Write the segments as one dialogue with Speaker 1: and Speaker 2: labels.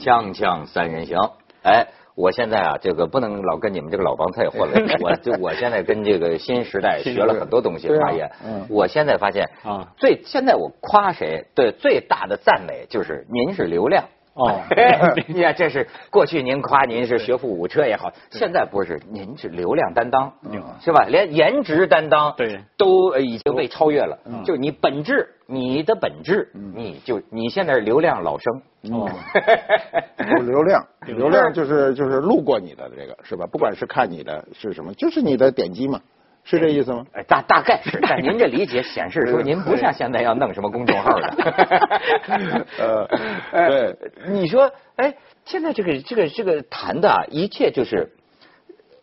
Speaker 1: 锵锵三人行，哎，我现在啊，这个不能老跟你们这个老帮菜 混了，我就我现在跟这个新时代学了很多东西，
Speaker 2: 对啊
Speaker 1: 发言
Speaker 2: 嗯。
Speaker 1: 我现在发现
Speaker 2: 啊，
Speaker 1: 最现在我夸谁，对最大的赞美就是您是流量。
Speaker 2: 哦
Speaker 1: 你看，这是过去您夸您是学富五车也好，现在不是，您是流量担当
Speaker 2: 嗯，
Speaker 1: 是吧？连颜值担当
Speaker 2: 对
Speaker 1: 都呃已经被超越了，
Speaker 2: 嗯
Speaker 1: 就是你本质，你的本质，你就你现在是流量老生，
Speaker 2: 哦，
Speaker 3: 有嗯流量，
Speaker 2: 流
Speaker 3: 流量就是就是路过你的这个是吧？不管是看你的是什么，就是你的点击嘛，是这意思吗？
Speaker 1: 哎大大 概是，但您这理解显示哎出您不像现在要弄什么公众号的。
Speaker 3: 呃，
Speaker 1: 哎
Speaker 3: 对，
Speaker 1: 你说，哎，现在这个这个这个谈的啊，一切就是，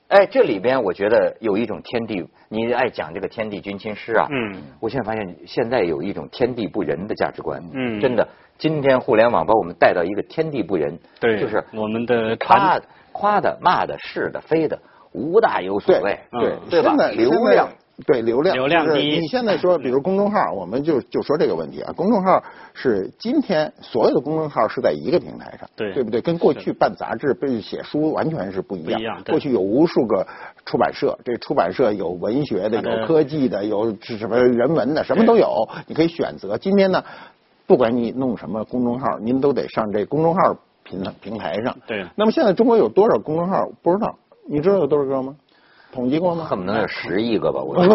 Speaker 1: 哎，这里边我觉得有一种天地，你爱讲这个天地君亲师啊，
Speaker 2: 嗯，
Speaker 1: 我现在发现现在有一种天地不仁的价值观，
Speaker 2: 嗯
Speaker 1: 真的，今天互联网把我们带到一个天地不仁，
Speaker 2: 对，
Speaker 1: 就是
Speaker 2: 我们的
Speaker 1: 夸
Speaker 2: 团，
Speaker 1: 夸的、骂的、是的、非的，无大有所
Speaker 3: 对
Speaker 1: 谓，
Speaker 3: 对
Speaker 2: 嗯
Speaker 1: 对吧
Speaker 3: 现在？
Speaker 1: 流量。
Speaker 3: 对流量，
Speaker 2: 流量
Speaker 3: 就是
Speaker 2: 第一
Speaker 3: 你现在说，比如公众号，我们就就说这个问题啊。公众号是今天所有的公众号是在一个平台上，
Speaker 2: 对
Speaker 3: 对不对？跟过去办杂志、被写书完全是不一样。
Speaker 2: 不一样对
Speaker 3: 过去有无数个出版社，这出版社有文学的，
Speaker 2: 它的
Speaker 3: 有科技的，有什么人文的，什么都有，你可以选择。今天呢，不管你弄什么公众号，您都得上这公众号平平台上。
Speaker 2: 对
Speaker 3: 那么现在中国有多少公众号？不知道，你知道有多少个吗？统计过吗？
Speaker 1: 恨不能有十亿个吧，我觉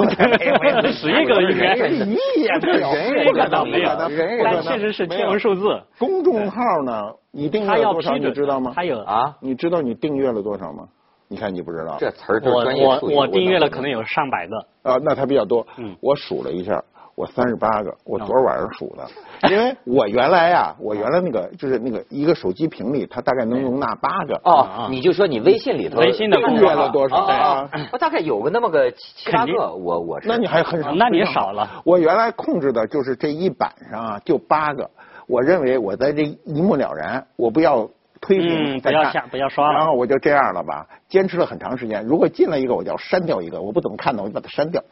Speaker 1: 得
Speaker 2: 十亿个了应该
Speaker 3: 啊这一亿 也没有，
Speaker 1: 人
Speaker 2: 不可能
Speaker 3: 不可能
Speaker 1: 人
Speaker 3: 不可
Speaker 2: 但
Speaker 3: 能
Speaker 2: 确实是
Speaker 3: 没
Speaker 2: 天
Speaker 3: 有
Speaker 2: 文数字，
Speaker 3: 公众号呢，你订
Speaker 2: 他
Speaker 3: 阅了
Speaker 2: 要
Speaker 3: 多
Speaker 2: 批
Speaker 3: 少，你
Speaker 2: 准，
Speaker 3: 知道吗？
Speaker 2: 他有，
Speaker 1: 啊，
Speaker 3: 你知道你订阅了多少吗？你看你不知道，
Speaker 1: 这词儿就是
Speaker 2: 我
Speaker 1: 专业
Speaker 2: 我
Speaker 1: 术语。
Speaker 2: 我订阅了可
Speaker 1: 能。
Speaker 2: 能有上百个，
Speaker 3: 啊，那它比较多。
Speaker 2: 嗯
Speaker 3: 我数了一下，我三十八个，我昨儿晚上数的，因为我原来啊，我原来那个就是那个一个手机屏里，它大概能容纳八
Speaker 2: 嗯
Speaker 3: 个。
Speaker 1: 哦，你就说你微信里头
Speaker 2: 啊微信的啊
Speaker 3: 订阅了多少
Speaker 1: 哦哦
Speaker 3: 对
Speaker 1: 哦我大概有个那么个七七八
Speaker 2: 肯定
Speaker 1: 个，我我是哎
Speaker 3: 那你还很少，
Speaker 2: 那你也少了。
Speaker 3: 我原来控制的就是这一版上啊，就八个。我认为我在这一目了然，我不要推
Speaker 2: 嗯
Speaker 3: 屏、
Speaker 2: 不
Speaker 3: 再
Speaker 2: 要
Speaker 3: 看
Speaker 2: 下不要刷了
Speaker 3: 然后我就这样了吧，坚持了很长时间。如果进来一个，我就要删掉一个，我不怎么看的，我就把它删掉。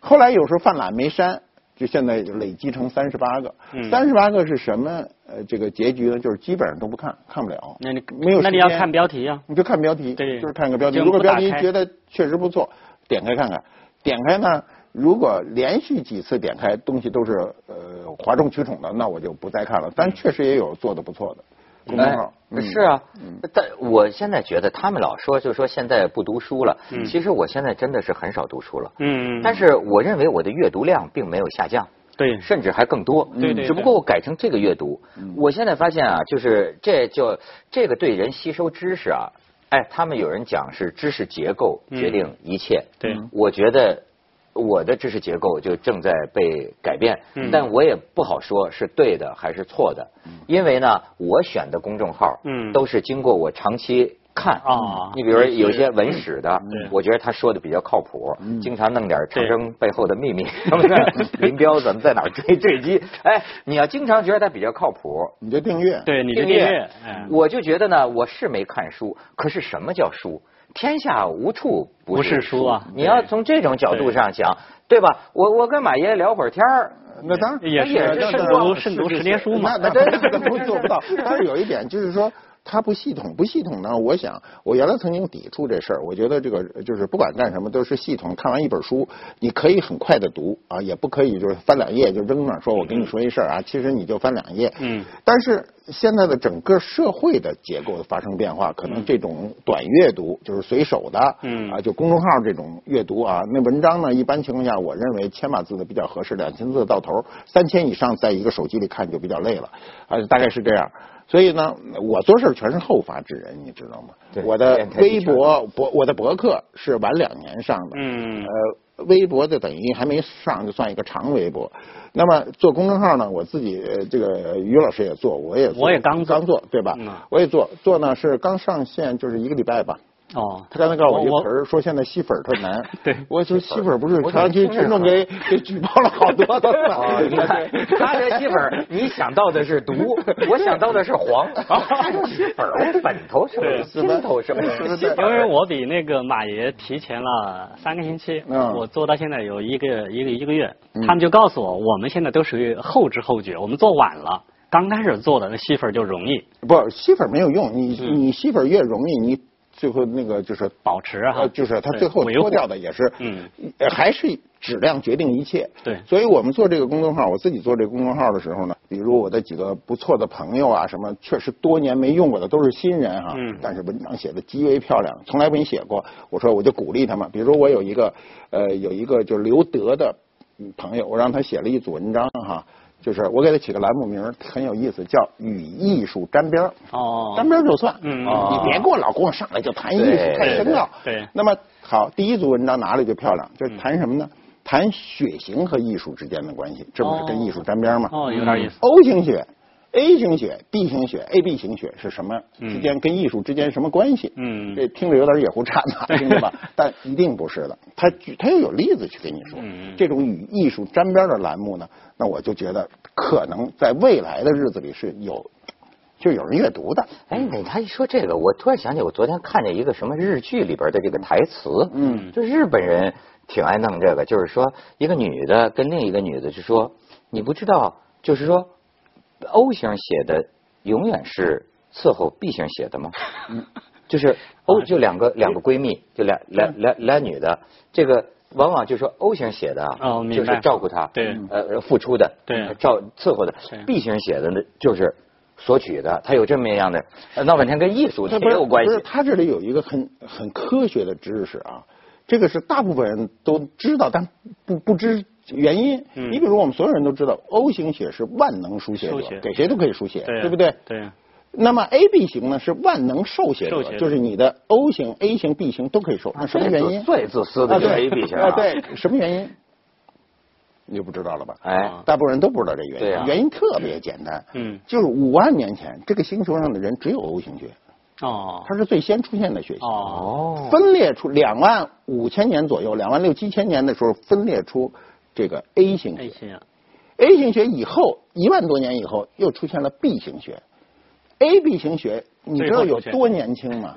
Speaker 3: 后来有时候犯懒没删，就现在就累积成三十八个
Speaker 2: 嗯。
Speaker 3: 三十八个是什么？呃，这个结局呢，就是基本上都不看，看不了。
Speaker 2: 那你
Speaker 3: 没有时间，
Speaker 2: 那你要看标题啊，
Speaker 3: 你就看标题，
Speaker 2: 对
Speaker 3: 就是看个标题。
Speaker 2: 就
Speaker 3: 如果
Speaker 2: 不打
Speaker 3: 标题
Speaker 2: 开
Speaker 3: 觉得确实不错，点开看看。点开呢，如果连续几次点开东西都是呃哗众取宠的，那我就不再看了。
Speaker 2: 嗯
Speaker 3: 但确实也有做的不错的公众号，
Speaker 1: 哎、是啊，
Speaker 2: 嗯
Speaker 1: 但我现在觉得他们老说就说现在不读书了，其实我现在真的是很少读书了。
Speaker 2: 嗯，
Speaker 1: 但是我认为我的阅读量并没有下降，
Speaker 2: 对，
Speaker 1: 甚至还更多。嗯
Speaker 2: 对对嗯
Speaker 1: 只不过我改成这个阅读。我现在发现啊，就是这就这个对人吸收知识啊，哎，他们有人讲是知识结构
Speaker 2: 嗯
Speaker 1: 决定一切。
Speaker 2: 对
Speaker 3: 嗯
Speaker 1: 我觉得。我的知识结构就正在被改变，
Speaker 2: 嗯
Speaker 1: 但我也不好说是对的还是错的，因为呢，我选的公众号，
Speaker 2: 嗯
Speaker 1: 都是经过我长期看
Speaker 2: 啊嗯
Speaker 1: 你比如说有些文史的
Speaker 2: 对，嗯
Speaker 1: 我觉得他说的比较靠谱，经常弄点长征背后的秘密什么 的，林彪怎么在哪儿追坠机？哎，你要经常觉得他比较靠谱，
Speaker 3: 你就订阅。
Speaker 2: 对，你就订阅，嗯
Speaker 1: 我就觉得呢，我是没看书，可是什么叫书？天下无处不
Speaker 2: 不是书啊
Speaker 1: 你要从这种角度上讲，对吧？我我跟马爷聊会儿天 儿，
Speaker 3: 那当然
Speaker 2: 也是
Speaker 1: 也是
Speaker 3: 那
Speaker 1: 慎
Speaker 3: 当然
Speaker 2: 读
Speaker 3: 是
Speaker 2: 慎
Speaker 3: 是
Speaker 2: 读
Speaker 3: 是
Speaker 2: 十年书嘛
Speaker 3: 那那那那不做不 到。但是有一点就是说，它不系统，不系统呢？我想，我原来曾经抵触这事儿，我觉得这个就是不管干什么都是系统。看完一本书，你可以很快的读啊，也不可以就是翻两页就扔那儿，说我跟你说一事儿啊，其实你就翻两页。
Speaker 2: 嗯。
Speaker 3: 但是现在的整个社会的结构发生变化，可能这种短阅读就是随手的，
Speaker 2: 嗯
Speaker 3: 啊，就公众号这种阅读啊，那文章呢，一般情况下，我认为千把字的比较合适，两千字到头，三千以上在一个手机里看就比较累了，啊，大概是这样。所以呢，我做事儿全是后发制人，你知道吗
Speaker 1: 对？
Speaker 3: 我的
Speaker 1: 变态
Speaker 3: 微博博我的博客是晚两年上的，
Speaker 2: 嗯
Speaker 3: 呃，微博就等于还没上，就算一个长微博。那么做公众号呢，我自己呃这个于老师也做，我也做
Speaker 2: 我也刚做
Speaker 3: 刚做，对吧？
Speaker 2: 嗯
Speaker 3: 我也做，做呢是刚上线就是一个礼拜吧。
Speaker 2: 哦，
Speaker 3: 他刚才告诉我一
Speaker 2: 我
Speaker 3: 个词儿，说现在吸粉儿特难。
Speaker 2: 对
Speaker 3: 我说吸粉儿不是
Speaker 1: 我怎么
Speaker 3: 长期
Speaker 1: 听着
Speaker 3: 群众给给举报了好多的
Speaker 1: 哦，你
Speaker 3: 吗？
Speaker 1: 看他这媳妇儿，你想到的是毒，我想到的是 黄。他这媳妇儿，本头什么？心头什么？媳妇
Speaker 2: 因为
Speaker 1: 儿
Speaker 2: 我比那个马爷提前了三个星期，
Speaker 3: 嗯
Speaker 2: 我做到现在有一个一个一个月，他们就告诉我，我们现在都属于后知后觉，我们做晚了，刚开始做的那吸粉就容易
Speaker 3: 不吸粉没有用，你
Speaker 2: 嗯
Speaker 3: 你吸粉越容易，你最后那个就是
Speaker 2: 保持啊
Speaker 3: 呃，就是它
Speaker 2: 对
Speaker 3: 最后
Speaker 2: 维护
Speaker 3: 脱掉的也是，
Speaker 2: 嗯
Speaker 3: 呃，还是质量决定一切。
Speaker 2: 对
Speaker 3: 所以我们做这个公众号，我自己做这个公众号的时候呢，比如我的几个不错的朋友啊，什么确实多年没用过的都是新人啊，
Speaker 2: 嗯
Speaker 3: 但是文章写的极为漂亮，从来没写过。我说我就鼓励他们，比如我有一个呃有一个就是刘德的嗯朋友，我让他写了一组文章哈、就是我给他起个栏目名儿很有意思，叫与艺术沾边儿。
Speaker 2: 哦，
Speaker 3: 沾边儿就算，
Speaker 2: 嗯
Speaker 1: 哦
Speaker 3: 你别跟我老跟我上来就谈艺术太深奥。
Speaker 2: 对对对嗯
Speaker 3: 那么好，第一组文章拿来就漂亮，就是谈什么呢？谈血型和艺术之间的关系，这不是跟艺术沾边儿吗？嗯
Speaker 2: 哦有点意思
Speaker 3: O 型血、A 型血、B 型血、AB 型血是什么之间跟艺术之间什么关系？
Speaker 2: 嗯
Speaker 3: 这听着有点野狐禅 呐，听着吧？但一定不是的，他举他又有例子去跟你说。
Speaker 2: 嗯嗯
Speaker 3: 这种与艺术沾边儿的栏目呢，那我就觉得可能在未来的日子里是有。就有人阅读的，嗯
Speaker 1: 哎，你他一说这个，我突然想起我昨天看见一个什么日剧里边的这个台词，
Speaker 3: 嗯，
Speaker 1: 就日本人挺爱弄这个，就是说一个女的跟另一个女的就说，你不知道，就是说 O 型写的永远是伺候 B 型写 的吗？就是 O 就两个两个闺蜜，就
Speaker 2: 嗯
Speaker 1: 俩俩俩俩女的，这个往往就说 O 型写的啊，
Speaker 2: 哦明
Speaker 1: 就
Speaker 2: 白
Speaker 1: 是照顾她，
Speaker 2: 对
Speaker 1: 呃，付出的，
Speaker 2: 对
Speaker 1: 照伺候的
Speaker 2: 对
Speaker 1: ，B 型写的呢就是索取的，它有这么样的，呃闹半天跟艺术
Speaker 3: 他
Speaker 1: 没
Speaker 3: 不是
Speaker 1: 有关
Speaker 3: 不是，
Speaker 1: 系。
Speaker 3: 他这里有一个很很科学的知识啊，这个是大部分人都知道，但不不知原因。
Speaker 2: 嗯
Speaker 3: 你比如我们所有人都知道，O 型血是万能输血者，
Speaker 2: 输血
Speaker 3: 给谁都可以输血，
Speaker 2: 对
Speaker 3: 不对？
Speaker 2: 啊对，
Speaker 3: 那么 AB 型呢是万能受血者，
Speaker 2: 受血者
Speaker 3: 就是你的 O 型、A 型、B 型都可以受，那什么原因？
Speaker 1: 啊最自私的
Speaker 3: 啊
Speaker 1: 就是
Speaker 3: 对
Speaker 1: A B 型
Speaker 3: 啊，对，什么原因？你就不知道了吧？
Speaker 1: 哎，
Speaker 3: 大部分人都不知道这原
Speaker 1: 对
Speaker 3: 因，
Speaker 1: 啊
Speaker 3: 原因特别简单，
Speaker 2: 嗯
Speaker 3: 就是五万年前这个星球上的人只有 O 型血，
Speaker 2: 哦
Speaker 3: 它是最先出现的血型。
Speaker 2: 哦
Speaker 1: 哦，
Speaker 3: 分裂出两万五千年左右，两万六七千年的时候分裂出这个 A 型
Speaker 2: 哎
Speaker 3: 血
Speaker 2: 行，
Speaker 3: ，A 型血以后一万多年以后又出现了 B 型血，AB 型血你知道有多年轻吗？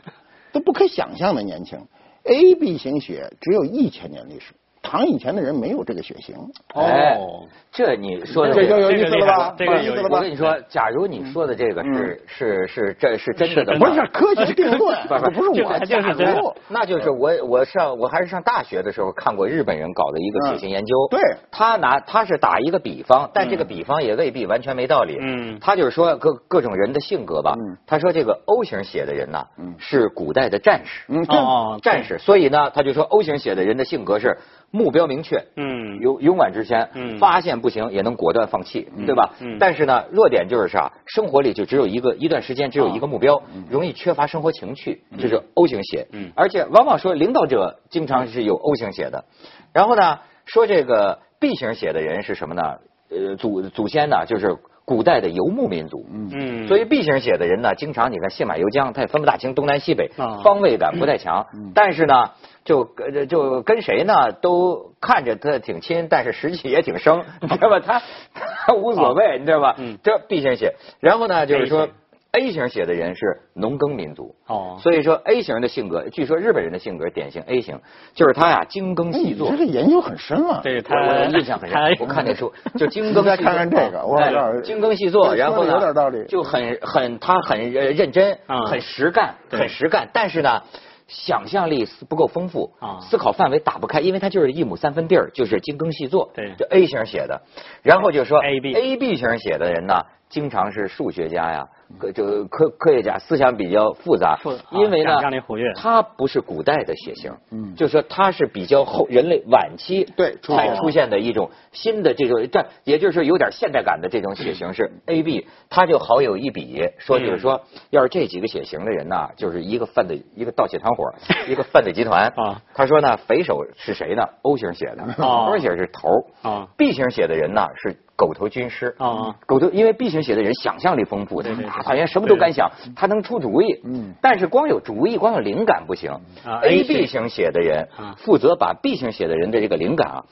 Speaker 3: 都不可想象的年轻，AB 型血只有一千年历史，唐以前的人没有这个血型，
Speaker 1: 哎
Speaker 2: 哦，
Speaker 1: 这你说的
Speaker 3: 这就
Speaker 1: 个。
Speaker 3: 有意思了吧？
Speaker 2: 这个
Speaker 3: 有意思
Speaker 2: 厉害了这个有
Speaker 3: 了
Speaker 1: 我
Speaker 3: 吧
Speaker 1: 跟？你说，假如你说的这个是是是这是真的的
Speaker 3: 不
Speaker 1: 话，
Speaker 3: 是科学定论，
Speaker 1: 不是
Speaker 3: 这不是我
Speaker 2: 这
Speaker 3: 假
Speaker 2: 个这个是
Speaker 3: 如。
Speaker 1: 那就是我我上我还是上大学的时候看过日本人搞的一个血型研究，
Speaker 3: 嗯对
Speaker 1: 他拿他是打一个比方，但这个比方也未必完全没道理，
Speaker 2: 嗯
Speaker 1: 他就是说各各种人的性格吧，
Speaker 3: 嗯
Speaker 1: 他说这个 O 型血的人呐，
Speaker 3: 嗯
Speaker 1: 是古代的战士，
Speaker 3: 嗯，这
Speaker 2: 哦
Speaker 1: 战士，所以呢，他就说 O 型血的人的性格是目标明确，
Speaker 2: 嗯
Speaker 1: 勇勇敢之前，
Speaker 2: 嗯
Speaker 1: 发现不行也能果断放弃，对吧？
Speaker 2: 嗯
Speaker 1: 但是呢，弱点就是啥，生活里就只有一个，一段时间只有一个
Speaker 2: 啊
Speaker 1: 目标，容易缺乏生活情趣，这是 O 型血。
Speaker 2: 嗯
Speaker 1: 而且往往说领导者经常是有 O 型血的，然后呢，说这个 B 型血的人是什么呢？呃，祖祖先呢就是古代的游牧民族，嗯
Speaker 2: 嗯，
Speaker 1: 所以 B 型血的人呢，经常你看信马由缰，他也分不大清东南西北
Speaker 2: 啊，嗯
Speaker 1: 方位感不太强。但是呢，就呃就跟谁呢都看着他挺亲，但是实际也挺 生，你知道吧？他他无所谓，你知道吧
Speaker 2: 嗯？
Speaker 1: 这 B 型血，然后呢就是说
Speaker 2: A。
Speaker 1: A 型血的人是农耕民族，
Speaker 2: 哦
Speaker 1: 所以说 A 型的性格，据说日本人的性格典型 A 型，就是他呀精耕
Speaker 3: 哎
Speaker 1: 细
Speaker 3: 你
Speaker 1: 作
Speaker 3: 这，
Speaker 2: 嗯
Speaker 3: 个研究很深啊。
Speaker 2: 对他
Speaker 1: 我我印象很深
Speaker 2: 他，
Speaker 1: 我看那书就精耕细作。
Speaker 3: 再看看这个我
Speaker 1: 哎
Speaker 3: 告诉你
Speaker 1: 精耕细作，
Speaker 3: 这
Speaker 1: 然后
Speaker 3: 说
Speaker 1: 呢，
Speaker 3: 的有点道理
Speaker 1: 就很很他很呃认真，
Speaker 2: 嗯
Speaker 1: 很实干，
Speaker 2: 对
Speaker 1: 很实干，但是呢。想象力思不够丰富
Speaker 2: 啊
Speaker 1: 思考范围打不开，因为他就是一亩三分地儿，就是精耕细作。
Speaker 2: 对
Speaker 1: 就 A 型写的，然后就说
Speaker 2: A B
Speaker 1: A B 型写的人呢，经常是数学家呀，科这个科科学家，思想比较复杂
Speaker 2: 复杂，
Speaker 1: 因为呢
Speaker 2: 想象力活跃，
Speaker 1: 他不是古代的血型，嗯，就说他是比较后人类晚期
Speaker 3: 对出现
Speaker 1: 才出现的一种新的这种，但也就是说有点现代感的这种血型是 A B，他就好有一比，说就是说，要是这几个血型的人呐，就是一个犯罪一个盗窃团伙，一个犯罪集团
Speaker 2: 啊
Speaker 1: 他说呢，匪首是谁呢？O 型血的
Speaker 2: 哦
Speaker 1: ，O 型血是头儿
Speaker 2: 啊
Speaker 1: ，B 型血的人呢是狗头军师
Speaker 2: 啊
Speaker 1: 狗头，因为 B 型血的人想象力丰富，他
Speaker 2: 对对对
Speaker 1: 大草原什么都敢想，他能出主意。
Speaker 3: 嗯
Speaker 1: 但是光有主意，光有灵感不行。
Speaker 2: 啊
Speaker 1: A
Speaker 2: A
Speaker 1: B
Speaker 2: 型
Speaker 1: 型血的人
Speaker 2: 啊
Speaker 1: 负责把 B 型血的人的这个灵感啊，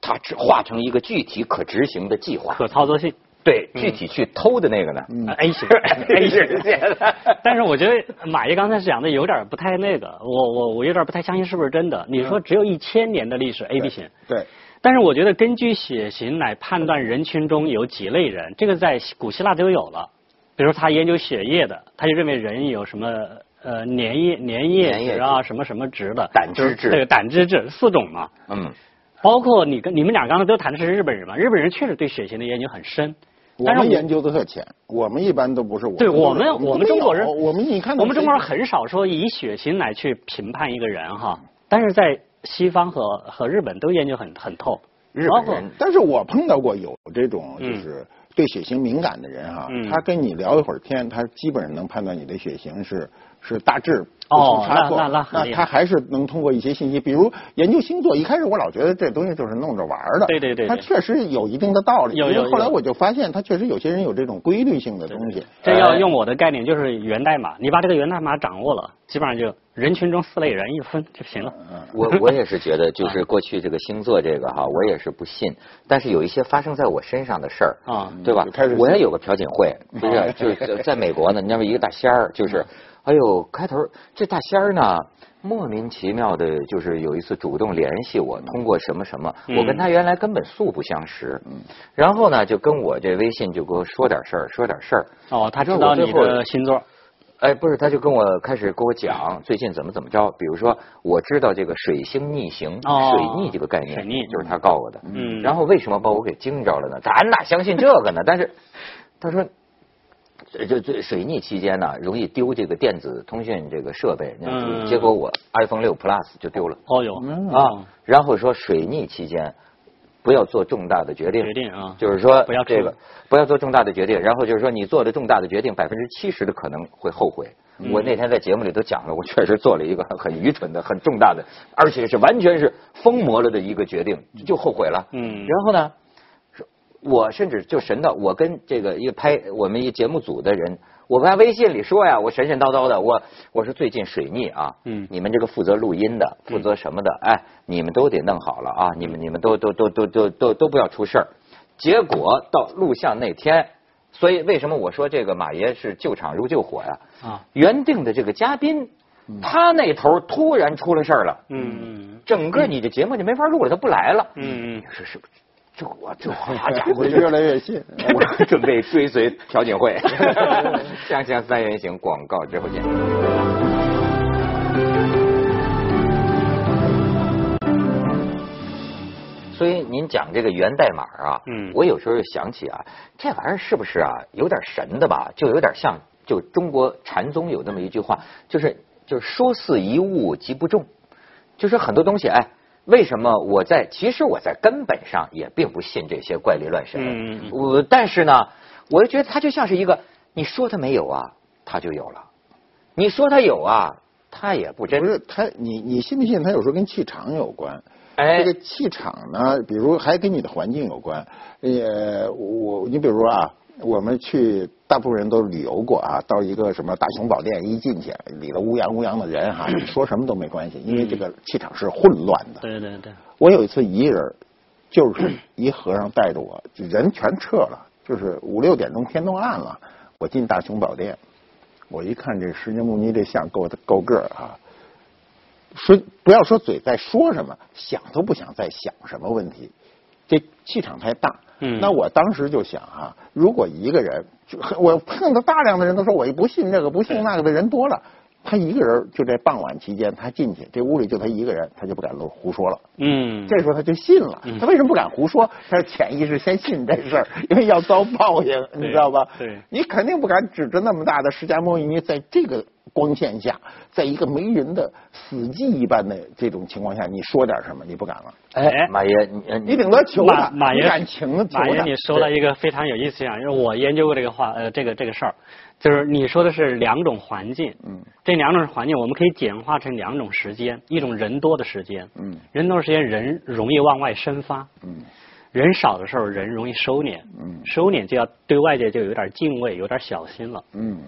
Speaker 1: 他只化成一个具体可执行的计划。
Speaker 2: 可操作性
Speaker 1: 对，具体去偷的那个呢
Speaker 3: 嗯
Speaker 2: 呃 A 型
Speaker 1: ，A 型血的。
Speaker 2: 但是我觉得马爷刚才讲的有点不太那个，我我我有点不太相信是不是真的。你说只有一千年的历史 A B 型，
Speaker 3: 对，
Speaker 2: 但是我觉得根据血型来判断人群中有几类人，这个在古希腊就有了。比如他研究血液的，他就认为人有什么呃粘液粘液
Speaker 1: 粘液
Speaker 2: 质啊，什么什么质的，
Speaker 1: 胆汁质
Speaker 2: 对胆汁质四种嘛。
Speaker 1: 嗯，
Speaker 2: 包括你跟你们俩刚才都谈的是日本人嘛，日本人确实对血型的研究很深。
Speaker 3: 我
Speaker 2: 但是
Speaker 3: 们研究的特浅，我们一般都不是我。
Speaker 2: 对
Speaker 3: 我
Speaker 2: 我们
Speaker 3: 都，
Speaker 2: 我
Speaker 3: 没
Speaker 2: 们中国人，
Speaker 3: 有我们你看到
Speaker 2: 我们中国人
Speaker 3: 谁
Speaker 2: 很少说以血型来去评判一个人哈，但是在西方和和日本都研究很很透。
Speaker 1: 日
Speaker 2: 包
Speaker 1: 本
Speaker 2: 括
Speaker 1: 人
Speaker 3: 但是我碰到过有这种就
Speaker 2: 嗯
Speaker 3: 是对血型敏感的人哈、
Speaker 2: 嗯
Speaker 3: 他跟你聊一会儿天，他基本上能判断你的血型是是大致不
Speaker 2: 哦
Speaker 3: 出差错。
Speaker 2: 那那那很厉害
Speaker 3: 他还是能通过一些信息，比如研究星座。一开始我老觉得这东西就是弄着玩儿的，
Speaker 2: 对对对对
Speaker 3: 他确实有一定的道理。
Speaker 2: 有
Speaker 3: 因为
Speaker 2: 有
Speaker 3: 后来
Speaker 2: 有
Speaker 3: 我就发现，他确实有些人有这种规律性的东西。
Speaker 2: 这要用我的概念就是源代码，你把这个源代码掌握了，基本上就人群中四类人一分就行了。
Speaker 1: 我我也是觉得，就是过去这个星座这个哈，我也是不信。但是有一些发生在我身上的事儿
Speaker 2: 啊
Speaker 1: 对吧
Speaker 3: 就开始？
Speaker 1: 我也有个朴槿 惠，不是，就是在美国呢，你知道吗？一个大仙儿，
Speaker 2: 嗯
Speaker 1: 就是，哎呦，开头这大仙儿呢，莫名其妙的，就是有一次主动联系我，通过什么什么，
Speaker 2: 嗯
Speaker 1: 我跟他原来根本素不相识，然后呢，就跟我这微信就给我说点事儿，说点事儿，
Speaker 2: 哦，他知
Speaker 1: 那我
Speaker 2: 道
Speaker 1: 最
Speaker 2: 你
Speaker 1: 后
Speaker 2: 的星座。
Speaker 1: 哎，不是，他就跟我开始跟我讲最近怎么怎么着，比如说我知道这个水星逆行、
Speaker 2: 哦
Speaker 1: 水逆这个概念，
Speaker 2: 水逆
Speaker 1: 就是他告我的。
Speaker 2: 嗯
Speaker 1: 然后为什么把我给惊着了呢？咱哪相信这个呢？但是他说，这这这水逆期间呢，容易丢这个电子通讯这个设备，
Speaker 2: 嗯
Speaker 1: 结果我 iPhone 六 Plus 就丢了、
Speaker 2: 哦哟，
Speaker 3: 嗯
Speaker 1: 啊。然后说水逆期间不要做重大的决定，
Speaker 2: 决定啊，
Speaker 1: 就是说
Speaker 2: 不要
Speaker 1: 这
Speaker 2: 冲
Speaker 1: 个不要做重大的决定，然后就是说你做的重大的决定，百分之七十的可能会后悔。
Speaker 2: 嗯
Speaker 1: 我那天在节目里都讲了，我确实做了一个很很愚蠢的、很重大的，而且是完全是疯魔了的一个决定，就后悔了。
Speaker 2: 嗯
Speaker 1: 然后呢，我甚至就神到我跟这个一个拍我们一节目组的人，我跟他微信里说呀，我神神叨叨的，我我说最近水逆啊，
Speaker 2: 嗯
Speaker 1: 你们这个负责录音的、负责什么的，哎，你们都得弄好了啊，你们你们都都都都都都都不要出事儿。结果到录像那天，所以为什么我说这个马爷是救场如救火呀？
Speaker 2: 啊，
Speaker 1: 原定的这个嘉宾，他那头突然出了事儿了，
Speaker 2: 嗯
Speaker 1: 整个你的节目就没法录了，他不来了。
Speaker 2: 嗯嗯
Speaker 1: 你说是不是？这我这好家伙，
Speaker 3: 我
Speaker 1: 这
Speaker 3: 越来越信。
Speaker 1: 我准备追随朴槿 惠。锵锵三人行，广告之后见。所以您讲这个源代码啊，
Speaker 2: 嗯
Speaker 1: 我有时候想起啊，这玩意儿是不是啊，有点神的吧？就有点像，就中国禅宗有那么一句话，就是就是说似一物，即不中。就是很多东西，哎，为什么我在其实我在根本上也并不信这些怪力乱神，
Speaker 2: 嗯嗯嗯
Speaker 1: 我但是呢，我就觉得它就像是一个你说它没有啊，它就有了；你说它有啊，它也不真
Speaker 3: 不。是他，你你信不信？他有时候跟气场有关。
Speaker 1: 哎
Speaker 3: 这个气场呢，比如还跟你的环境有关。呃，我你比如说啊，我们去大部分人都旅游过啊，到一个什么大雄宝殿一进去，里头乌泱乌泱的人哈、你说什么都没关系，因为这个气场是混乱的。
Speaker 2: 对对对，
Speaker 3: 我有一次一人儿，就是一和尚带着我，人全撤了，就是五六点钟天都暗了，我进大雄宝殿，我一看这释迦牟尼这像够够个儿啊，说不要说嘴在说什么，想都不想再想什么问题，这气场太大。
Speaker 2: 嗯
Speaker 3: 那我当时就想啊，如果一个人，就很我碰到大量的人都说我不信这个不信那个的人多了，他一个人就在傍晚期间他进去，这屋里就他一个人，他就不敢乱胡说了。
Speaker 2: 嗯，
Speaker 3: 这时候他就信了。他为什么不敢胡说？他是潜意识先信这 事儿，因为要遭报应，你知道吧？
Speaker 2: 对
Speaker 3: 你肯定不敢指着那么大的释迦牟尼，在这个光线下，在一个没人的死寂一般的这种情况下，你说点什么？你不敢了。
Speaker 1: 哎，马爷，你呃
Speaker 3: 你
Speaker 1: 你
Speaker 3: 顶多求
Speaker 2: 嗯马
Speaker 3: 他，
Speaker 2: 马
Speaker 3: 你
Speaker 2: 爷
Speaker 3: 敢情求
Speaker 2: 马爷，
Speaker 3: 他。
Speaker 2: 你说了一个非常有意思的，因为我研究过这个话，呃，这个这个事儿，就是你说的是两种环境，嗯，这两种环境我们可以简化成两种时间，一种人多的时间，
Speaker 3: 嗯，
Speaker 2: 人多的时间人容易往外生发，嗯，人少的时候人容易收敛，嗯，收敛就要对外界就有点敬畏，有点小心了，
Speaker 3: 嗯，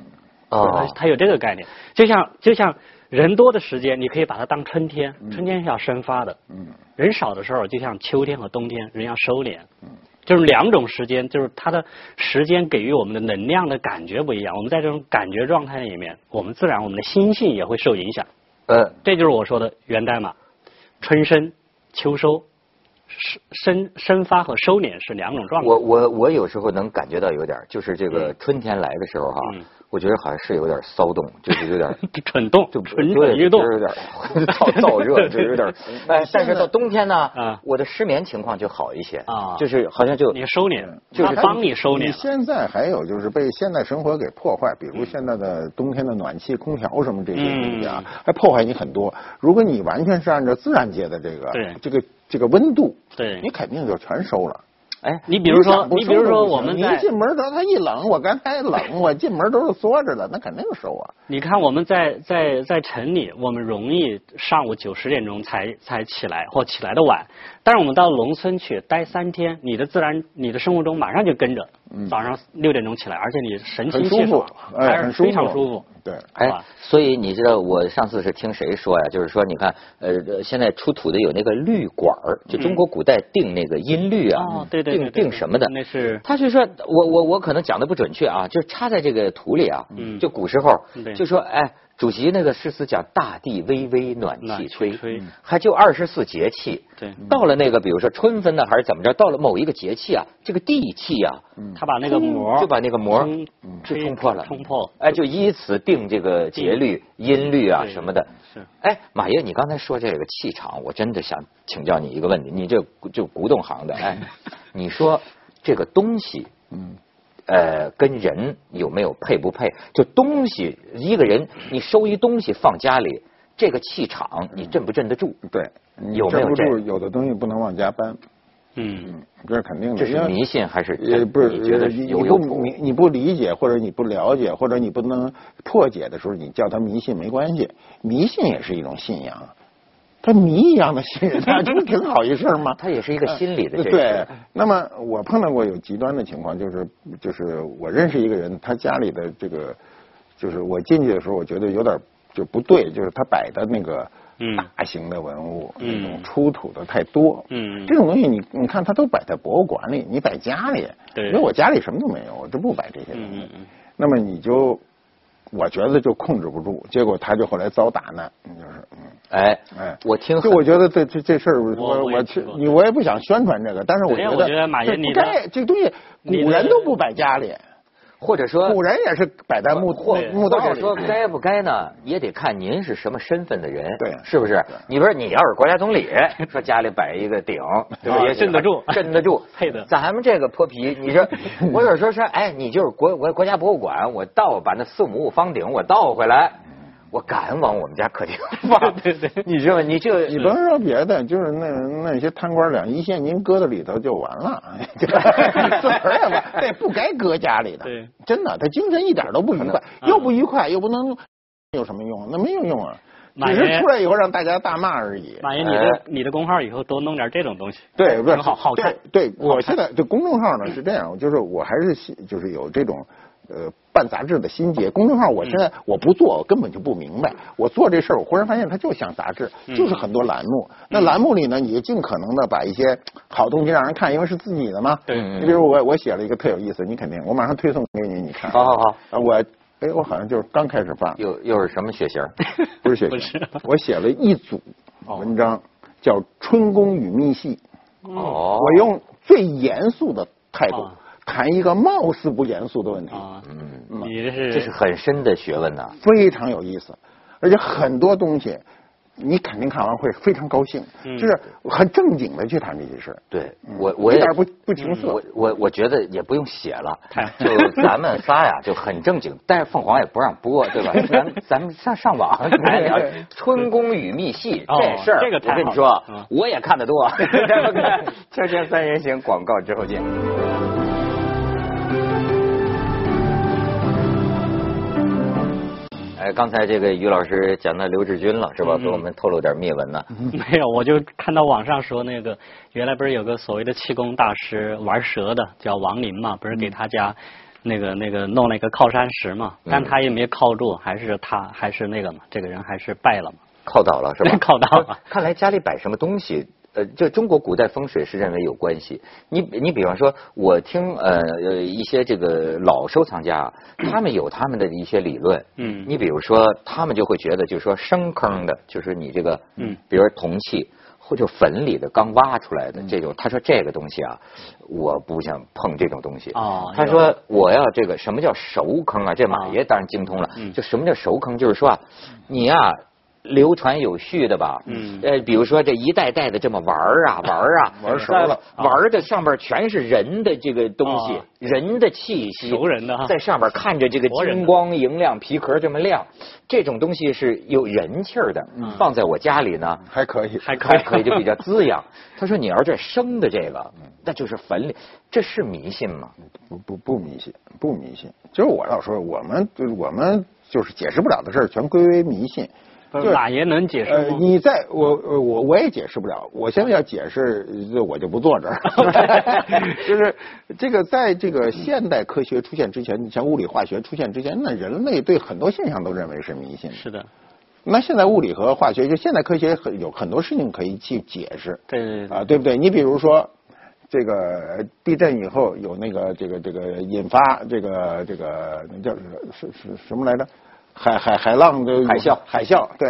Speaker 2: 啊
Speaker 1: 哦，
Speaker 2: 它有这个概念，就像就像人多的时间，你可以把它当春天，春天是要生发的。嗯，人少的时候，就像秋天和冬天，人要收敛。嗯，就是两种时间，就是它的时间给予我们的能量的感觉不一样。我们在这种感觉状态里面，我们自然我们的心性也会受影响。
Speaker 1: 呃，
Speaker 2: 这就是我说的源代码，春生、秋收、生生发和收敛是两种状态。
Speaker 1: 我我我有时候能感觉到有点儿，就是这个
Speaker 2: 嗯
Speaker 1: 春天来的时候哈
Speaker 2: 嗯，
Speaker 1: 我觉得好像是有点儿骚动，就是有点儿
Speaker 2: 蠢动
Speaker 1: 就，
Speaker 2: 蠢
Speaker 1: 对
Speaker 2: 蠢欲动
Speaker 1: 就。是有点儿燥燥 热，就是有点儿。哎，但是到冬天呢
Speaker 2: 啊，
Speaker 1: 我的失眠情况就好一些
Speaker 2: 啊
Speaker 1: 就是好像就
Speaker 2: 你收敛，
Speaker 1: 就是
Speaker 2: 它帮你收
Speaker 3: 你
Speaker 2: 敛了。嗯
Speaker 3: 现在还有就是被现代生活给破坏，比如现在的冬天的暖气、空调什么这些东西啊，还破坏你很多。如果你完全是按照自然界的这个
Speaker 2: 对
Speaker 3: 这个这个温度，
Speaker 2: 对
Speaker 3: 你，肯定就全收了。
Speaker 1: 哎，
Speaker 2: 你比如说
Speaker 3: 想，不
Speaker 2: 你比
Speaker 3: 收
Speaker 2: 如
Speaker 3: 都
Speaker 2: 说
Speaker 3: 不
Speaker 2: 我
Speaker 3: 行
Speaker 2: 们
Speaker 3: 你
Speaker 2: 在
Speaker 3: 一进门它它一冷，我刚才 冷，我进门都是缩着的，那肯定收啊。
Speaker 2: 你看我们在在在城里，我们容易上午九十点钟才才起来，或起来的晚。但是我们到农村去待三天，你的自然你的生物钟马上就跟着，早上六点钟起来，而且你神
Speaker 3: 很
Speaker 2: 清
Speaker 3: 舒
Speaker 2: 气
Speaker 3: 服
Speaker 2: 爽，，
Speaker 3: 哎，
Speaker 2: 还
Speaker 3: 很
Speaker 2: 是
Speaker 3: 舒服，
Speaker 2: 非常舒服。。
Speaker 3: 对，
Speaker 1: 哎
Speaker 2: 吧，
Speaker 1: 所以你知道我上次是听谁说呀？就是说，你看，呃，呃现在出土的有那个律管儿，就中国古代定那个音律啊，
Speaker 2: 嗯哦对对对
Speaker 1: 定
Speaker 2: 对
Speaker 1: 定什么的，嗯
Speaker 2: 那是
Speaker 1: 他是说，我我我可能讲的不准确啊，就是插在这个土里啊，
Speaker 2: 嗯
Speaker 1: 就古时候
Speaker 2: 对
Speaker 1: 就说，哎，主席那个诗词讲大地微微暖
Speaker 2: 暖
Speaker 1: 气
Speaker 2: 气
Speaker 1: 吹，嗯
Speaker 2: 吹
Speaker 1: 还就二十四节气，
Speaker 2: 对，
Speaker 3: 嗯
Speaker 1: 到了那个比如说春分呢，还是怎么着，到了某一个节气啊，这个地气啊，
Speaker 2: 他把那个膜
Speaker 1: 就把那个膜
Speaker 2: 冲
Speaker 1: 就
Speaker 3: 嗯
Speaker 2: 吹
Speaker 1: 冲破了，
Speaker 2: 冲破。
Speaker 1: 哎，就依此定这个节律、音律啊
Speaker 2: 对
Speaker 1: 什么的。
Speaker 2: 是
Speaker 1: 哎，马爷，你刚才说这个气场，我真的想请教你一个问题，你这就古董行的， 哎，你说这个东西，
Speaker 3: 嗯。
Speaker 1: 呃，跟人有没有配不配？就东西，一个人你收一东西放家里，这个气场你镇不镇得住？
Speaker 3: 对，你
Speaker 1: 有没有
Speaker 3: 镇不
Speaker 1: 这
Speaker 3: 住
Speaker 1: 个
Speaker 3: 有的东西不能往家搬，
Speaker 2: 嗯，
Speaker 3: 这是肯定的。
Speaker 1: 这是
Speaker 3: 因为
Speaker 1: 迷信还是
Speaker 3: 也
Speaker 1: 真
Speaker 3: 不是，
Speaker 1: 你觉得
Speaker 3: 呃
Speaker 1: 是
Speaker 3: 你
Speaker 1: 有
Speaker 3: 你
Speaker 1: 有
Speaker 3: 不
Speaker 1: 谱
Speaker 3: 你你不理解或者你不了解或者你不能破解的时候，你叫它迷信没关系，迷信也是一种信仰，它迷一样的信任它，这不挺好一事儿吗？
Speaker 1: 它也是一个心理的这
Speaker 3: 嗯对
Speaker 1: 个。，
Speaker 3: 那么我碰到过有极端的情况，就是就是我认识一个人，他家里的这个，就是我进去的时候，我觉得有点就不对，就是他摆的那个
Speaker 2: 嗯
Speaker 3: 大型的文物，
Speaker 2: 嗯
Speaker 3: 那种出土的太多，
Speaker 2: 嗯嗯
Speaker 3: 这种东西你你看，他都摆在博物馆里，你摆家里，
Speaker 2: 对
Speaker 3: 因为我家里什么都没有，我就不摆这些东西，
Speaker 2: 嗯嗯嗯
Speaker 3: 那么你就。我觉得就控制不住，结果他就后来遭打难，就是嗯。
Speaker 1: 哎
Speaker 3: 哎，
Speaker 1: 我听
Speaker 3: 就
Speaker 1: 很
Speaker 3: 我觉得这这这事儿，
Speaker 2: 我
Speaker 3: 我
Speaker 2: 我也
Speaker 3: 去
Speaker 2: 听过
Speaker 3: 你我也不想宣传这个，但是我
Speaker 2: 哎
Speaker 3: 觉
Speaker 2: 呀
Speaker 3: 得，
Speaker 2: 我觉得马爷
Speaker 3: 这不
Speaker 2: 你的
Speaker 3: 该这东西，
Speaker 2: 你
Speaker 3: 古
Speaker 2: 的
Speaker 3: 人都不摆家 里，
Speaker 1: 或者说
Speaker 3: 古人也是摆在墓
Speaker 1: 或
Speaker 3: 墓
Speaker 1: 或
Speaker 3: 道
Speaker 1: 者
Speaker 3: 里。
Speaker 1: 说该不该呢，也得看您是什么身份的人，
Speaker 3: 对啊
Speaker 1: 是不是？你比如说你要是国家总理， 说家里摆一个鼎，对吧？
Speaker 2: 啊
Speaker 1: 也许
Speaker 2: 镇得住
Speaker 1: 镇得 住，
Speaker 2: 配得
Speaker 1: 咱们这个泼皮，你说，我有时候说，哎，你就是国国国家博物馆，我倒把那四亩五方鼎我倒回来，
Speaker 3: 嗯
Speaker 1: 我敢往我们家客厅 放，
Speaker 2: 嗯对对对
Speaker 1: 你知道吗？你这
Speaker 3: 你甭说别的，就是那那些贪官两一线，您搁到里头就完了， 自个儿也完，这不该搁家里的
Speaker 1: 嗯
Speaker 2: 对，嗯
Speaker 3: 真的，他精神一点都不愉快，又不愉快又不能有什么用，那没有用啊，
Speaker 2: 马
Speaker 3: 只
Speaker 2: 爷
Speaker 3: 是出来以后让大家大骂而已。
Speaker 2: 马爷，你
Speaker 1: 哎
Speaker 2: 的你的工号以后多弄点这种东西。
Speaker 3: 对，不是
Speaker 2: 很好好看
Speaker 3: 对，对我
Speaker 2: 好看
Speaker 3: 现在这公众号呢是这样，就是我还是喜就是有这种呃办杂志的心结。公众号我现
Speaker 2: 嗯
Speaker 3: 在我不做，我根本就不明白。我做这事儿，我忽然发现它就像杂志，
Speaker 2: 嗯
Speaker 3: 就是很多栏目。那栏目里呢，你尽可能的把一些好东西让人看，因为是自己的嘛。
Speaker 2: 对
Speaker 1: 嗯
Speaker 3: 你比如我我写了一个特有意思，你肯定，我马上推送给你，你看。
Speaker 1: 嗯好好好，
Speaker 3: 啊，我哎，我好像就是刚开始发，
Speaker 1: 又又是什么血型？
Speaker 3: 不 是写
Speaker 2: 不
Speaker 3: 信，
Speaker 2: 是哦
Speaker 3: 我写了一组文章，叫《春宫与密戏》。
Speaker 1: 哦，
Speaker 3: 嗯我用最严肃的态度
Speaker 2: 啊
Speaker 3: 谈一个貌似不严肃的问题，
Speaker 2: 啊，
Speaker 3: 嗯
Speaker 2: 你这是
Speaker 1: 这是很深的学问呐、
Speaker 3: 非常有意思，而且很多东西你肯定看完会非常高兴，
Speaker 2: 嗯
Speaker 3: 就是很正经的去谈这些事儿。
Speaker 1: 对
Speaker 3: 嗯
Speaker 1: 我，我
Speaker 3: 一
Speaker 1: 也嗯
Speaker 3: 点不不情
Speaker 2: 嗯
Speaker 3: 色
Speaker 1: 我我我觉得也不用写了
Speaker 2: 太，
Speaker 1: 就咱们仨呀就很正经，但是凤凰也不让播，对吧？咱咱们上上网来 聊《春宫与密戏》
Speaker 2: 哎哦
Speaker 1: 这事儿，
Speaker 2: 这个
Speaker 1: 我
Speaker 2: 太好了
Speaker 1: 跟你说
Speaker 2: 嗯，
Speaker 1: 我也看得多。 咱们看《锵锵三人行》广告之后见。哎，刚才这个于老师讲到刘志军了，是
Speaker 2: 嗯
Speaker 1: 吧？给我们透露点秘闻呢。
Speaker 2: 没有，我就看到网上说那个原来不是有个所谓的气功大师玩蛇的，叫王林嘛，不是
Speaker 1: 嗯
Speaker 2: 给他家那个那个弄了一个靠山石嘛，但他也没靠住，还是他还是那个嘛，这个人还是败了嘛。
Speaker 1: 靠倒了是吧？
Speaker 2: 靠倒了
Speaker 1: 呃看来家里摆什么东西，呃，这中国古代风水是认为有关系。你你比方说，我听呃呃一些这个老收藏家，啊，他们有他们的一些理论。
Speaker 2: 嗯
Speaker 1: 你比如说，他们就会觉得，就是说生坑的，就是你这个，
Speaker 2: 嗯，
Speaker 1: 比如说铜器。或者坟里的刚挖出来的这
Speaker 2: 嗯
Speaker 1: 种，他说这个东西啊，我不想碰这种东西。
Speaker 2: 哦
Speaker 1: 他
Speaker 2: 有
Speaker 1: 说我要这个什么叫熟坑啊？这马
Speaker 2: 哦
Speaker 1: 爷当然精通了
Speaker 2: 嗯。
Speaker 1: 就什么叫熟坑？就是说啊，你呀、流传有序的吧，
Speaker 2: 嗯
Speaker 1: 呃，比如说这一代代的这么玩儿 啊，玩儿啊，
Speaker 3: 玩熟了
Speaker 1: 呃玩儿的上边全是人的这个东西
Speaker 2: 哦，
Speaker 1: 人的气息，
Speaker 2: 熟人的哈
Speaker 1: 在上边看着这个
Speaker 2: 活人的
Speaker 1: 金光莹亮，皮壳这么亮，这种东西是有人气儿的，
Speaker 2: 嗯
Speaker 1: 放在我家里呢，
Speaker 3: 还可以，
Speaker 2: 还可
Speaker 1: 还
Speaker 2: 以
Speaker 1: 可以，就比较滋 养。他说：“你要这生的这个，
Speaker 2: 嗯
Speaker 1: 那就是坟里，这是迷信吗？
Speaker 3: 不不不迷信，不迷信。就是我老说，我们就是我们就是解释不了的事儿，全归为迷信。
Speaker 2: 不
Speaker 3: 就是
Speaker 2: 马爷能解释
Speaker 3: 呃，
Speaker 2: 吗？啊
Speaker 3: 你在我呃我我也解释不了，我现在要解释，呃我就不坐 这儿。就是这个，在这个现代科学出现之前，你像物理化学出现之前，那人类对很多现象都认为是迷信的。
Speaker 2: 是的，
Speaker 3: 那现在物理和化学，就现代科学很有很多事情可以去解释。
Speaker 2: 对对对
Speaker 3: 啊，对不对？你比如说，这个地震以后有那个这个这个引发这个这个那叫是是是什么来着？海海海浪的
Speaker 1: 海啸
Speaker 3: 海啸对。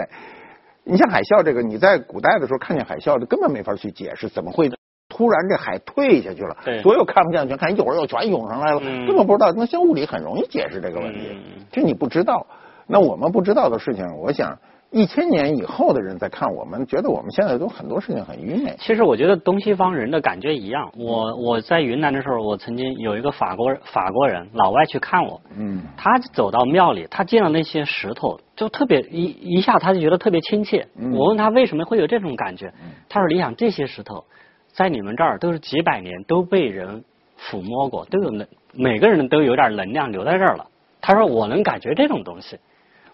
Speaker 3: 你像海啸这个，你在古代的时候看见海啸，这根本没法去解释，怎么会突然这海退下去了？
Speaker 2: 对
Speaker 3: 所有看不见全看，一会儿又全涌上来了，
Speaker 2: 嗯
Speaker 3: 根本不知道。那像物理很容易解释这个问题，
Speaker 2: 嗯
Speaker 3: 就你不知道。那我们不知道的事情，我想一千年以后的人在看我们，觉得我们现在都很多事情很愚昧。
Speaker 2: 其实我觉得东西方人的感觉一样。我我在云南的时候，我曾经有一个法国法国人老外去看我，
Speaker 3: 嗯，
Speaker 2: 他走到庙里，他见到那些石头，就特别一一下他就觉得特别亲切。
Speaker 3: 嗯
Speaker 2: 我问他为什么会有这种感觉，他说：“你想这些石头，在你们这儿都是几百年都被人抚摸过，都有能每个人都有点能量留在这儿了。”他说：“我能感觉这种东西，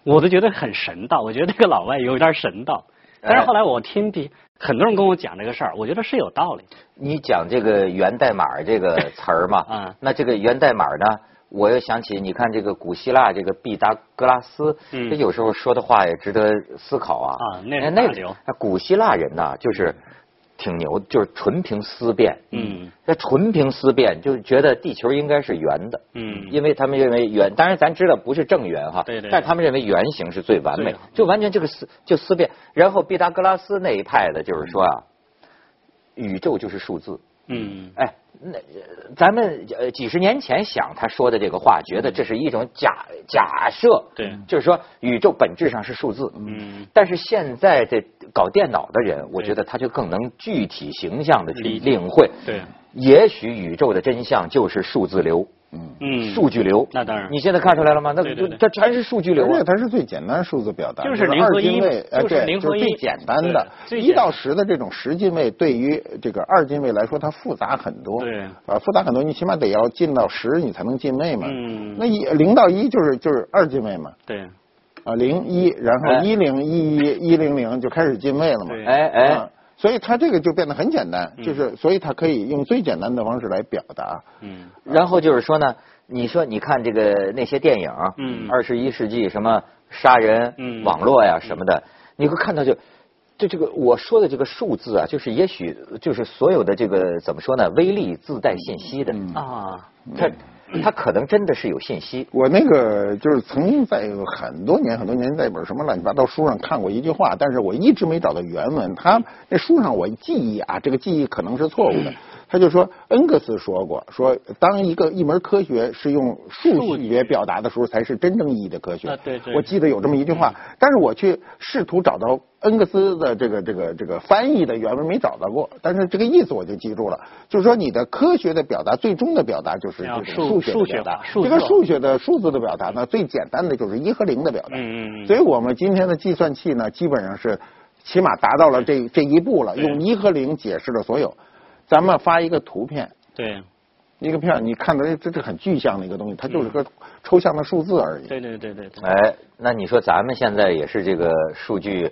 Speaker 2: 我都觉得很神道。我觉得这个老外有点神道。”但是后来我听比很多人跟我讲这个事儿，我觉得是有道理。
Speaker 1: 你讲这个源代码这个词儿嘛，
Speaker 2: 嗯
Speaker 1: 那这个源代码呢，我又想起你看这个古希腊这个毕达哥拉斯，
Speaker 2: 嗯
Speaker 1: 这有时候说的话也值得思考啊。
Speaker 2: 啊那是
Speaker 1: 哎
Speaker 2: 大流
Speaker 1: 那古希腊人呐，就是挺牛，就是纯凭思辨。
Speaker 2: 嗯，
Speaker 1: 那纯凭思辨，就是觉得地球应该是圆的。
Speaker 2: 嗯
Speaker 1: 因为他们认为圆，当然咱知道不是正圆哈，
Speaker 2: 对对
Speaker 1: 但是他们认为圆形是最完美
Speaker 2: 对
Speaker 1: 的，就完全这个思就思辨。然后毕达哥拉斯那一派的就是说啊，宇宙就是数字。
Speaker 2: 嗯，
Speaker 1: 哎，那呃咱们呃几十年前想他说的这个话，觉得这是一种假假设，
Speaker 2: 嗯对
Speaker 1: 就是说宇宙本质上是数字，
Speaker 2: 嗯，
Speaker 1: 但是现在这搞电脑的人，我
Speaker 2: 对
Speaker 1: 觉得他就更能具体形象的去
Speaker 2: 理解
Speaker 1: 领会，
Speaker 2: 对，
Speaker 1: 也许宇宙的真相就是数字流，嗯
Speaker 2: 嗯
Speaker 1: 数据流，
Speaker 2: 那当然
Speaker 1: 你现在看出来了吗？那
Speaker 2: 对对对
Speaker 1: 它全是数据流
Speaker 3: 而且
Speaker 1: 啊，
Speaker 3: 它是最简单数字表达，
Speaker 2: 就是零
Speaker 3: 二
Speaker 2: 和一
Speaker 3: 进位，
Speaker 2: 嘛
Speaker 3: 哎，
Speaker 2: 就是
Speaker 3: 对，
Speaker 2: 零
Speaker 3: 就
Speaker 2: 和
Speaker 3: 是
Speaker 2: 一
Speaker 3: 最简单的，
Speaker 2: 对最
Speaker 3: 一
Speaker 2: 简单
Speaker 3: 到十的这种十进位，对于这个二进位来说，它复杂很多，
Speaker 2: 对
Speaker 3: 啊，复杂很多，你起码得要进到十，你才能进位嘛，
Speaker 2: 嗯
Speaker 3: 那一零到一就是就是二进位嘛，
Speaker 2: 对，
Speaker 3: 啊，零一，然
Speaker 1: 哎
Speaker 3: 后一零一一一零零就开始进位了嘛，
Speaker 2: 对嗯
Speaker 1: 哎哎
Speaker 3: 啊，所以它这个就变得很简单，就是所以它可以用最简单的方式来表达，
Speaker 2: 嗯，
Speaker 1: 然后就是说呢，你说你看这个那些电影，
Speaker 2: 嗯
Speaker 1: 二十一世纪什么杀人、
Speaker 2: 嗯
Speaker 1: 网络呀什么的，你会看到就。就这个我说的这个数字啊，就是也许就是所有的这个怎么说呢，威力自带信息的，
Speaker 2: 啊，
Speaker 1: 它它可能真的是有信息。
Speaker 3: 我那个就是曾经在很多年很多年在一本什么乱七八糟书上看过一句话，但是我一直没找到原文。他那书上我记忆啊，这个记忆可能是错误
Speaker 2: 嗯
Speaker 3: 的。他就说恩格斯说过，说当一个一门科学是用数学表达的时候，才是真正意义的科学。
Speaker 2: 啊对对
Speaker 3: 我记得有这么一句话，但是我去试图找到恩格斯的这个这个这个翻译的原文没找到过，但是这个意思我就记住了，就是说你的科学的表达，最终的表达就是
Speaker 2: 要
Speaker 3: 这
Speaker 2: 啊数
Speaker 3: 种数
Speaker 2: 数
Speaker 3: 学
Speaker 2: 学
Speaker 3: 的表达
Speaker 2: 化，数
Speaker 3: 这个
Speaker 2: 字化
Speaker 3: 数学的数字的表达呢，最简单的就是一和零的表达。
Speaker 2: 嗯嗯嗯
Speaker 3: 所以我们今天的计算器呢，基本上是起码达到了这这一步了，
Speaker 2: 对
Speaker 3: 用一和零解释了所有。咱们发一个图片，
Speaker 2: 对，
Speaker 3: 一个片，你看到这这是很具象的一个东西，它就是个抽象的数字而已。
Speaker 2: 对对对对对，
Speaker 1: 哎，那你说咱们现在也是这个数据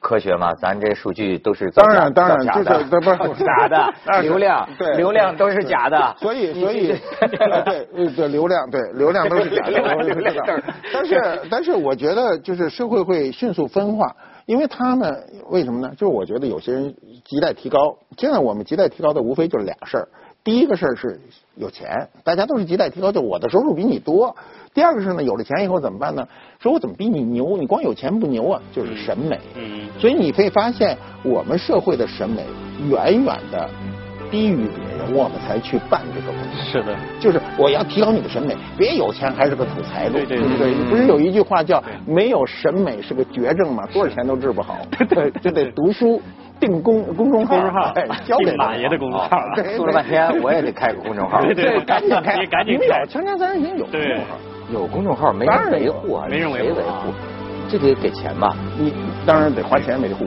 Speaker 1: 科学吗？咱这数据都是造
Speaker 3: 当
Speaker 1: 假
Speaker 3: 然当然
Speaker 1: 造假
Speaker 3: 这是
Speaker 1: 的，
Speaker 3: 这不是
Speaker 1: 假
Speaker 3: 当
Speaker 1: 的，
Speaker 3: 然是
Speaker 1: 流量
Speaker 3: 对
Speaker 1: 流量都是假的。
Speaker 3: 所以，所以，呃对呃对，流量对流量都是假 的，
Speaker 1: 流量
Speaker 3: 我也
Speaker 1: 流
Speaker 3: 知
Speaker 1: 量
Speaker 3: 道
Speaker 1: 都是。
Speaker 3: 但是， 但是我觉得就是社会会迅速分化，因为他们为什么呢？就是我觉得有些人亟待提高。现在我们亟待提高的无非就是俩事儿，第一个事儿是有钱，大家都是亟待提高，就我的收入比你多。第二个是呢，有了钱以后怎么办呢？说我怎么比你牛？你光有钱不牛啊，就是审美。
Speaker 2: 嗯
Speaker 3: 所以你会发现，我们社会的审美远远的低于别人，我们才去办这个工作。
Speaker 2: 嗯是的，
Speaker 3: 就是我要提高你的审美，别有钱还是个土财路，
Speaker 2: 对对
Speaker 3: 不对
Speaker 2: 对？
Speaker 3: 不是有一句话叫“没有审美是个绝症”吗？多少钱都治不 好，对，就得读书。定公公众号，
Speaker 2: 公众号
Speaker 3: 哎交给
Speaker 2: 定马爷的公众号
Speaker 3: 啊对对
Speaker 1: 说了半天，我也得开个公众号。
Speaker 2: 对对
Speaker 3: 对，赶紧开，
Speaker 2: 你赶紧
Speaker 3: 你们
Speaker 2: 开
Speaker 3: 有锵锵三人行有公
Speaker 2: 对
Speaker 3: 众号，
Speaker 1: 有公众号没人维护啊，
Speaker 2: 没人维
Speaker 1: 谁
Speaker 2: 护
Speaker 1: 维护？这得给钱吧？
Speaker 3: 你当然得花钱维护。